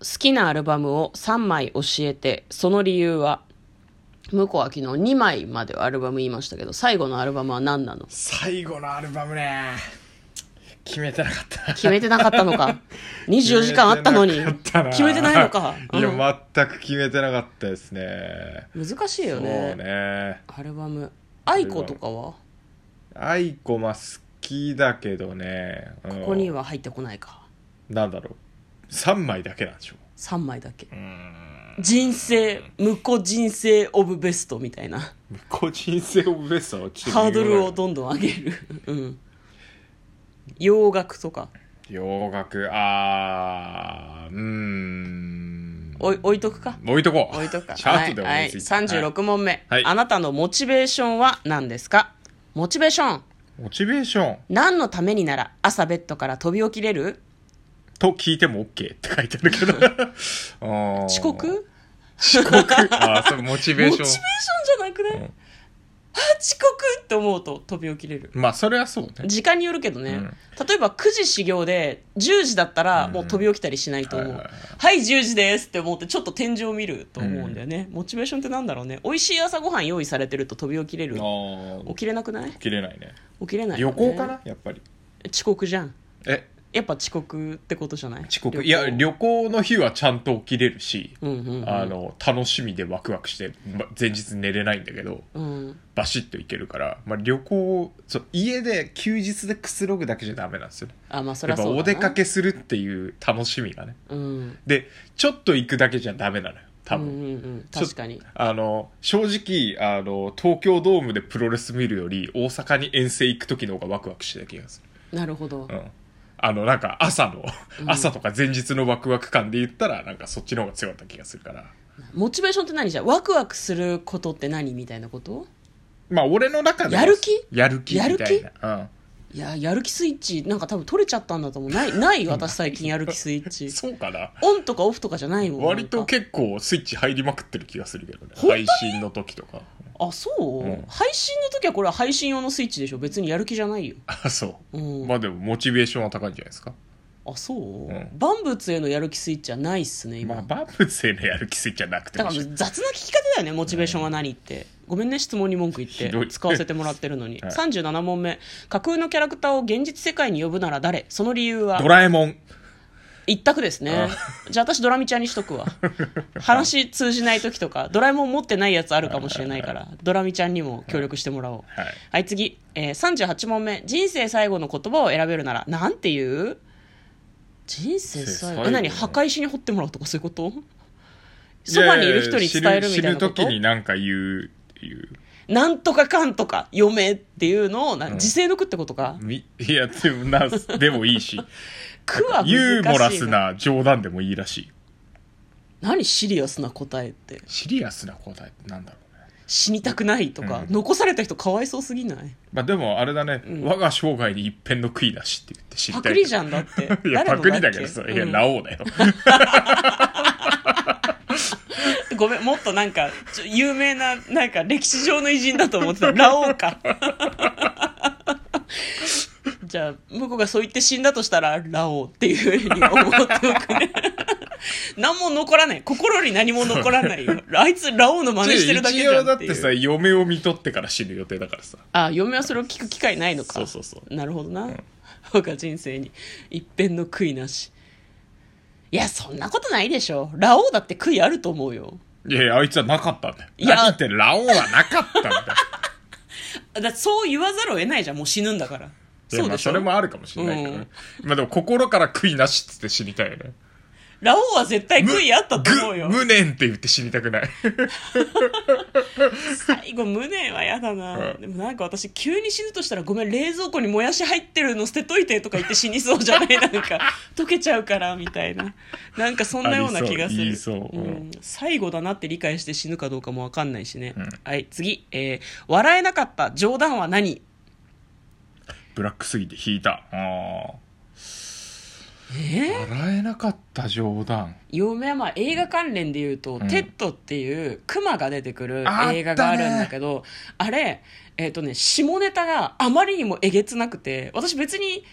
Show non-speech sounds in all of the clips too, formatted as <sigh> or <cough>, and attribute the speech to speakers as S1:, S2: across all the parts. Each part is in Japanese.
S1: 好きなアルバムを3枚教えて、その理由は向こうは昨日2枚まではアルバム言いましたけど、最後のアルバムは何なの
S2: 最後のアルバムね決めてなかった
S1: 決めてなかったの <laughs> か。24時間あったのに。決めて <laughs> ないのか。
S2: <laughs> い
S1: うん
S2: や全く決めてなかったですね
S1: 難しい
S2: そ
S1: よ
S2: う
S1: ね。
S2: ね
S1: アルバム。愛子とかは
S2: 愛子まあ好きだけどねこ
S1: ここには入ってこないか。
S2: なんだろう3枚だけなんでしょ
S1: 3枚だけ。人生、向こう人生オブベストみたいな。
S2: 個人性オブベストはちょっと
S1: ハードルを
S2: 微
S1: どんどん上げる。うん。洋楽とか。
S2: 妙な洋楽あーうーん
S1: おい置いとくか。
S2: 置いとこう
S1: 置いとくか。
S2: <laughs> チャートで
S1: はい、は
S2: 思
S1: い
S2: いついた
S1: 36問目、
S2: はい
S1: あなたのモチベーションは何ですかモチベーション。
S2: モチベーション
S1: 何のためになら朝ベッドから飛び起きれる
S2: と聞いても OK って書 <laughs> いてあるけどあー
S1: 遅刻
S2: 遅 <laughs> 刻あーそれモチベー
S1: モチベ
S2: シ
S1: ーション
S2: ョ
S1: じゃなくない、
S2: ん
S1: あ遅刻って思うと飛び起きれる
S2: ンまあそれはそうね
S1: 時間によるけどね、
S2: うん
S1: 例えば9時始業で10時だったらもう飛び起きたりしないと思う、
S2: はい
S1: は
S2: はいい
S1: 10時ですって思ってちょっと天井を見ると思うんだよね、モチベーションってなんだろうね美味しい朝ごはん用意されてると飛び起きれる
S2: あー
S1: 起きれなくない
S2: 起きれないね
S1: 起きれないよ
S2: 旅
S1: ね、
S2: 行かなやっぱり
S1: 遅刻じゃん
S2: え
S1: やっぱ遅刻ってことじゃない
S2: 遅刻いや旅行の日はちゃんと起きれるし、
S1: うんうんうん
S2: あの楽しみでワクワクしてま前日寝れないんだけど
S1: うん
S2: バシッと行けるから、まあ、旅行そう家で休日でくつろぐだけじゃダメなんですよね
S1: あまあそり
S2: や
S1: ゃ
S2: っぱ
S1: そうだな
S2: お出かけするっていう楽しみがね
S1: うん
S2: でちょっと行くだけじゃダメなのよ多分、
S1: うんうんうん、
S2: ちょ
S1: 確かに
S2: あの正直あの東京ドームでプロレス見るより大阪に遠征行く時の方がワクワクしてた気がする
S1: なるほど、
S2: うんあのなんか朝の、朝とか前日のワクワク感で言ったらなんかそっちの方が強かった気がするから
S1: モチベーションって何じゃあワクワクすることって何みたいなこと
S2: まあ俺の中では
S1: やる気
S2: やる気みたいな
S1: やる
S2: うん
S1: いややる気スイッチなんか多分取れちゃったんだと思う
S2: <laughs>
S1: ないない私最近やる気スイッチ
S2: そうかな
S1: オンとかオフとかじゃないもん
S2: 割
S1: な
S2: と
S1: んか
S2: 結構スイッチ入りまくってる気がするけどね
S1: 本当
S2: 配
S1: に
S2: 信の時とか <laughs>
S1: あそう、
S2: うん
S1: 配信の時はこれは配信用のスイッチでしょ別にやる気じゃないよ
S2: あそう、
S1: うん
S2: まあでもモチベーションは高いんじゃないですか
S1: あそう、
S2: うん
S1: 万物へのやる気スイッチはないっすね今、
S2: まあ万物へのやる気スイッチはなくて
S1: だ
S2: も
S1: から
S2: いい
S1: 雑
S2: し
S1: な聞き方だよねモチベーションは何ってごめんね質問に文句言って
S2: ひどい
S1: 使わせてもらってるのに、
S2: <laughs> はい
S1: 37問目架空のキャラクターを現実世界に呼ぶなら誰その理由は
S2: ドラえもん
S1: 一択ですねじゃあ私ドラミちゃんにしとく
S2: <laughs>
S1: わ話通じない時とかドラえもん持ってないやつあるかもしれないからドラミちゃんにも協力してもらおう
S2: はい
S1: はい次、えー、38問目人生最後の言葉を選べるならなんて言う人生最後え
S2: 人生最後
S1: 何墓石に掘ってもらうとかそういうことそばにいる人に伝えるみたいなこ
S2: やや死ぬ時
S1: と
S2: になんか言う言う
S1: なんとかかんとか余命っていうのをな
S2: うん
S1: 自制の句ってことか、
S2: みいやでもなでもい
S1: <laughs>
S2: いし
S1: 句は難しい
S2: ユーモラスな冗談でもいいらしい
S1: 何シリアスな答えって
S2: シリアスな答えってなんだろうね
S1: 死にたくないとか、
S2: うん
S1: 残された人かわいそうすぎない
S2: まあでもあれだね、
S1: ん
S2: 我が生涯に一片の悔いなしって言って知りた
S1: パ
S2: い
S1: クリじゃんだって
S2: <laughs> いや、パクリだけど
S1: そ
S2: さ、
S1: う
S2: いや、ラオウだよ。
S1: ごめんもっとなんかちょ有名ななんか歴史上の偉人だと思ってたラオウかじゃあ向こうがそう言って死んだとしたらラオウっていうふうに思っておくね何も残らない心に何も残らないよあいつラオウの真似してるだけじ
S2: 一
S1: ゃ
S2: 応
S1: ん
S2: だ
S1: っ
S2: っててさ、
S1: いう
S2: 嫁を見とってから死ぬ予定だからさ。
S1: あ嫁はそれを聞く機会ないのか
S2: そうそうそう。
S1: なるほどな、他人生に一遍の悔いなしいやそんなことないでしょラオウだって悔いあると思うよ
S2: いやいや、あいつはなかったんだよ。
S1: いや
S2: 何言ってんのラオウはなかったんだよ。
S1: だってそう言わざるを得ないじゃんもう死ぬんだから
S2: いや
S1: <laughs> そう
S2: ま
S1: で
S2: あ
S1: しょ、
S2: それもあるかもしれないけど
S1: うん
S2: ね。まあでも、心から悔いなしって言って死にたいよね。
S1: ラオウは絶対
S2: む
S1: 悔いあったと思うよ
S2: ぐ無念って言って死に
S1: <laughs>
S2: たくない。
S1: 最後無念は嫌だな、
S2: うん
S1: でもなんか私急に死ぬとしたらごめん冷蔵庫にもやし入ってるの捨てといてとか言って死にそうじゃないなん
S2: <laughs>
S1: か溶けちゃうからみたいななんかそんなような気がす
S2: あ
S1: る
S2: りそう言いそううん
S1: ん最後だなって理解して死ぬかどうかもわかんないしね、はい次、えー笑えなかった冗談は何
S2: ブラックすぎて引いた。
S1: え
S2: あ
S1: ー
S2: あ。笑えなかった冗談。
S1: 嫁はまあ映画関連で言うと、
S2: ん
S1: テッドっていうクマが出てくる
S2: あったね
S1: 映画があるんだけどあれえっ、とね下ネタがあまりにもえげつなくて私別に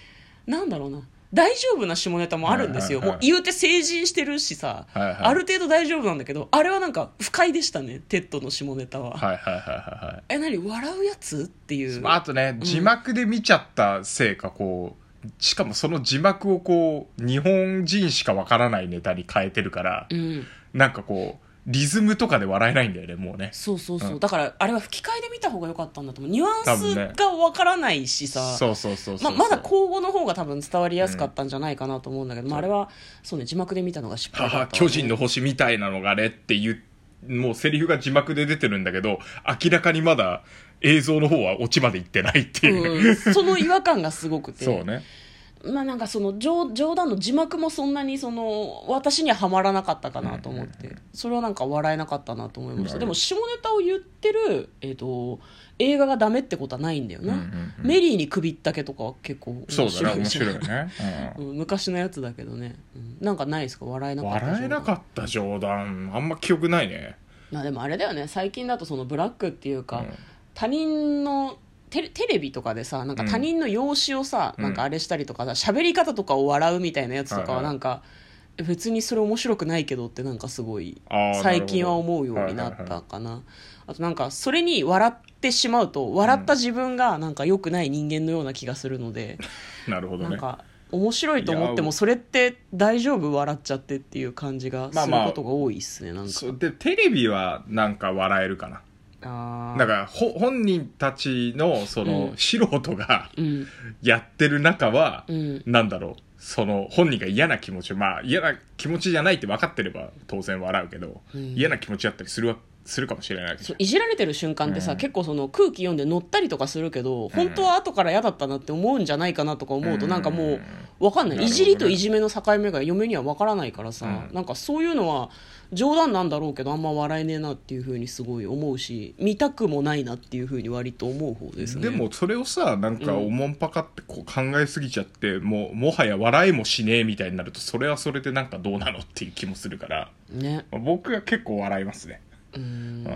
S1: なんだろうな大丈夫な下ネタもあるんですよ、
S2: はいはいはい
S1: もう言うて成人してるしさ、
S2: はいはい
S1: ある程度大丈夫なんだけどあれはなんか不快でしたねテッドの下ネタは、
S2: はいはいはいはいはい
S1: え何笑うやつっていう
S2: まああとね字幕で見ちゃったせいかこうしかもその字幕をこう日本人しかわからないネタに変えてるから
S1: うん
S2: なんかこうリズムとかで笑えないんだよねもうね
S1: そうそうそう、
S2: うん
S1: だからあれは吹き替えで見た方が良かったんだと思うニュアン
S2: 多分
S1: ス
S2: ね
S1: がわからないしさ、
S2: そうそうそうそ
S1: ま
S2: う
S1: まだ口語の方が多分伝わりやすかったんじゃないかなと思うんだけど、まあ、あれはそうね字幕で見たのが失敗だった
S2: 母
S1: わね、
S2: 巨人の星みたいなのがねっていうもうセリフが字幕で出てるんだけど明らかにまだ映像の方はオチまで行ってないってい
S1: う
S2: う、
S1: ん、その違和感がすごくて
S2: <laughs> そうね
S1: まあなんかその冗冗談の字幕もそんなにその私にはハマらなかったかなと思って、それはなんか笑えなかったなと思いまし
S2: なる
S1: た
S2: ほど
S1: でも下ネタを言ってる、えー、と映画がダメってことはないんだよね、
S2: うんうんうん
S1: メリーに首ったけとかは結構面
S2: そ
S1: 白いう
S2: だね面白い
S1: ね、
S2: ね、
S1: うん昔のやつだけどね、うんなんかないですか笑え
S2: う、
S1: なんかった
S2: 笑えなかった冗談あんま記憶ないね
S1: まあでもあれだよね最近だとそのブラックっていうか、
S2: うん
S1: 他人のテレテレビとかでさなんか他人の容姿をさ、
S2: うん
S1: なんかあれしたりとかさ喋り方とかを笑うみたいなやつとか
S2: はいは
S1: はいなんか、え別にそれ面白くないけどってなんかすごい
S2: あーなるほど
S1: 最近は思うようになっ
S2: はいはい
S1: た
S2: は
S1: かな、あとなんかそれに笑ってしまうと笑った自分がなんか良くない人間のような気がするので、
S2: なるほど
S1: なん
S2: ね
S1: か面白いと思って
S2: い
S1: も
S2: や
S1: それって大丈夫笑っちゃってっていう感じが
S2: まあ
S1: する
S2: まあ
S1: ことが多いっすねなんか
S2: そうでテレビはなんか笑えるかな
S1: あー
S2: だからほ本人たちのその
S1: うん
S2: 素人が
S1: うん
S2: やってる中は、
S1: うん
S2: なんだろうその本人が嫌な気持ちまあ嫌な気持ちじゃないって分かってれば当然笑うけど、
S1: うん
S2: 嫌な気持ちだったりするわするかもしれないけ
S1: そう
S2: ど
S1: いじられてる瞬間ってさ、
S2: うん
S1: 結構その空気読んで乗ったりとかするけど、本当は後から嫌だったなって思うんじゃないかなとか思うと、
S2: うん
S1: なんかもうわかんない、
S2: なるほどね
S1: いじりといじめの境目が嫁にはわからないからさ、
S2: うん
S1: なんかそういうのは冗談なんだろうけどあんま笑えねえなっていうふうにすごい思うし見たくもないなっていうふうに割と思う方ですね
S2: でもそれをさなんかおもんぱかってこう考えすぎちゃって、もうもはや笑いもしねえみたいになるとそれはそれでなんかどうなのっていう気もするから、
S1: ね
S2: まあ僕は結構笑いますね
S1: うん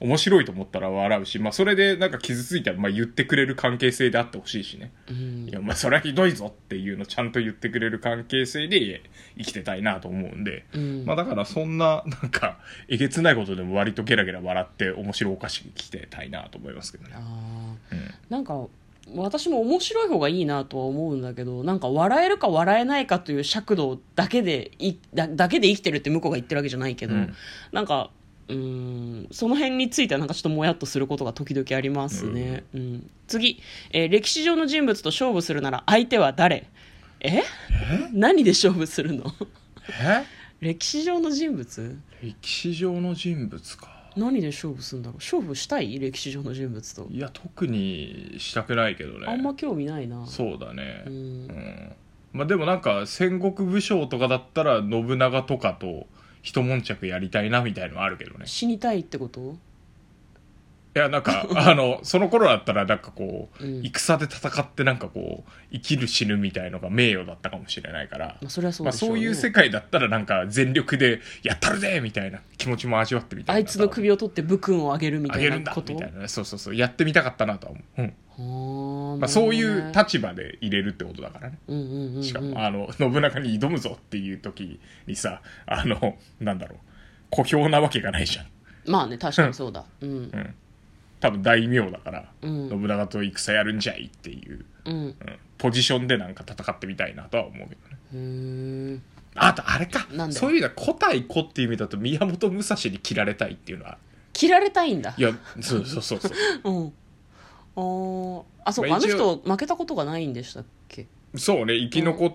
S2: 面白いと思ったら笑うし、まあ、それでなんか傷ついたらまあ言ってくれる関係性であってほしいしね、
S1: うん
S2: いやお前それはひどいぞっていうのちゃんと言ってくれる関係性で生きてたいなと思うんで、
S1: うん
S2: まあ、だからそんななんかえげつないことでも割とゲラゲラ笑って面白おかしく生きてたいなと思いますけどね
S1: あー
S2: うん
S1: なんか私も面白い方がいいなとは思うんだけどなんか笑えるか笑えないかという尺度だけでいだだけで生きてるって向こうが言ってるわけじゃないけど、
S2: うん
S1: なんかうーんその辺についてはなんかちょっともやっとすることが時々ありますね、うん次、えー歴史上の人物と勝負するなら相手は誰え何で勝負するの <laughs>
S2: え
S1: 歴史上の人物
S2: 歴史上の人物か
S1: 何で勝負するんだろう勝負したい歴史上の人物と
S2: いや特にしたくないけどね
S1: あんま興味ないな
S2: そうだね
S1: うん
S2: うんまあでもなんか戦国武将とかだったら信長とかと一悶着やりたいなみたいのはあるけどね
S1: 死にたいってこと
S2: いやなん
S1: <laughs>
S2: かあのその頃だったらなんかこう、
S1: うん
S2: 戦で戦ってなんかこう生きる死ぬみたいのが名誉だったかもしれないから
S1: まあ、それはそう
S2: まあ、
S1: でしょ、
S2: そう
S1: ね
S2: ういう世界だったらなんか全力でやったるぜみたいな気持ちも味わってみたい
S1: あ
S2: ない
S1: つの首を取って武勲をあげるみ
S2: あ
S1: た
S2: げ
S1: い
S2: るん
S1: な
S2: だ
S1: こと
S2: みたいなねそうそうそうやってみたかったなとは思う、うん
S1: はあ
S2: まあ、そういう立場で入れるってことだからね
S1: うんうんうんうん
S2: しかも、あの信長に挑むぞっていう時にさあのなんだろう小兵なわけがないじゃん
S1: まあね確かにそうだうん
S2: 多分大名だから、
S1: うん
S2: 信長と戦やるんじゃいっていう、
S1: うん
S2: うんポジションでなんか戦ってみたいなとは思うけどね
S1: へー
S2: あとあれか
S1: なんだよ
S2: そういう意味では古対古っていう意味だと宮本武蔵に切られたいっていうのは
S1: 切られたいんだ
S2: いやそうそうそうそう
S1: うんあーあそうか、
S2: ま
S1: あ、
S2: あ
S1: の
S2: 一応
S1: 人負けたことがないんでしたっけ
S2: そうね生き残っ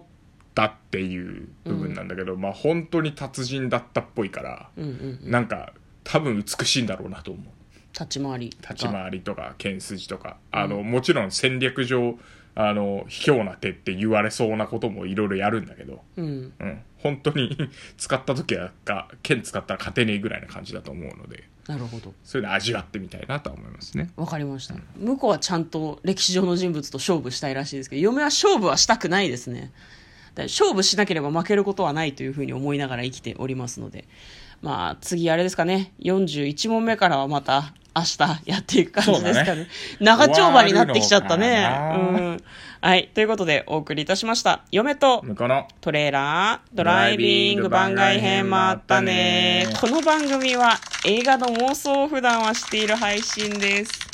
S2: たっていう部分なんだけど、まあ本当に達人だったっぽいから、
S1: うんうんうん
S2: なんか多分美しいんだろうなと思う
S1: 立ち回り
S2: 立ち
S1: り
S2: 回りとか剣筋とか、あのもちろん戦略上あの卑怯な手って言われそうなこともいろいろやるんだけど、
S1: うん
S2: うん、本当に <laughs> 使った時はか剣使ったら勝てねえぐらいな感じだと思うので
S1: なるほど
S2: そういうの味わってみたいなとは思いますね
S1: わかりました、向こうはちゃんと歴史上の人物と勝負したいらしいですけど嫁は勝負はしたくないですねだから勝負しなければ負けることはないというふうに思いながら生きておりますのでまあ次あれですかね41問目からはまた明日やっていく感じです
S2: そ
S1: か
S2: うだ
S1: ね。長丁場になってきちゃった
S2: 終
S1: ね
S2: わ。る
S1: う。
S2: のかなん
S1: はい。ということで、お送りいたしました。嫁と
S2: 向こうの
S1: トレーラードライビング番外編もあったね
S2: まったね
S1: この番組は映画の妄想を普段はしている配信です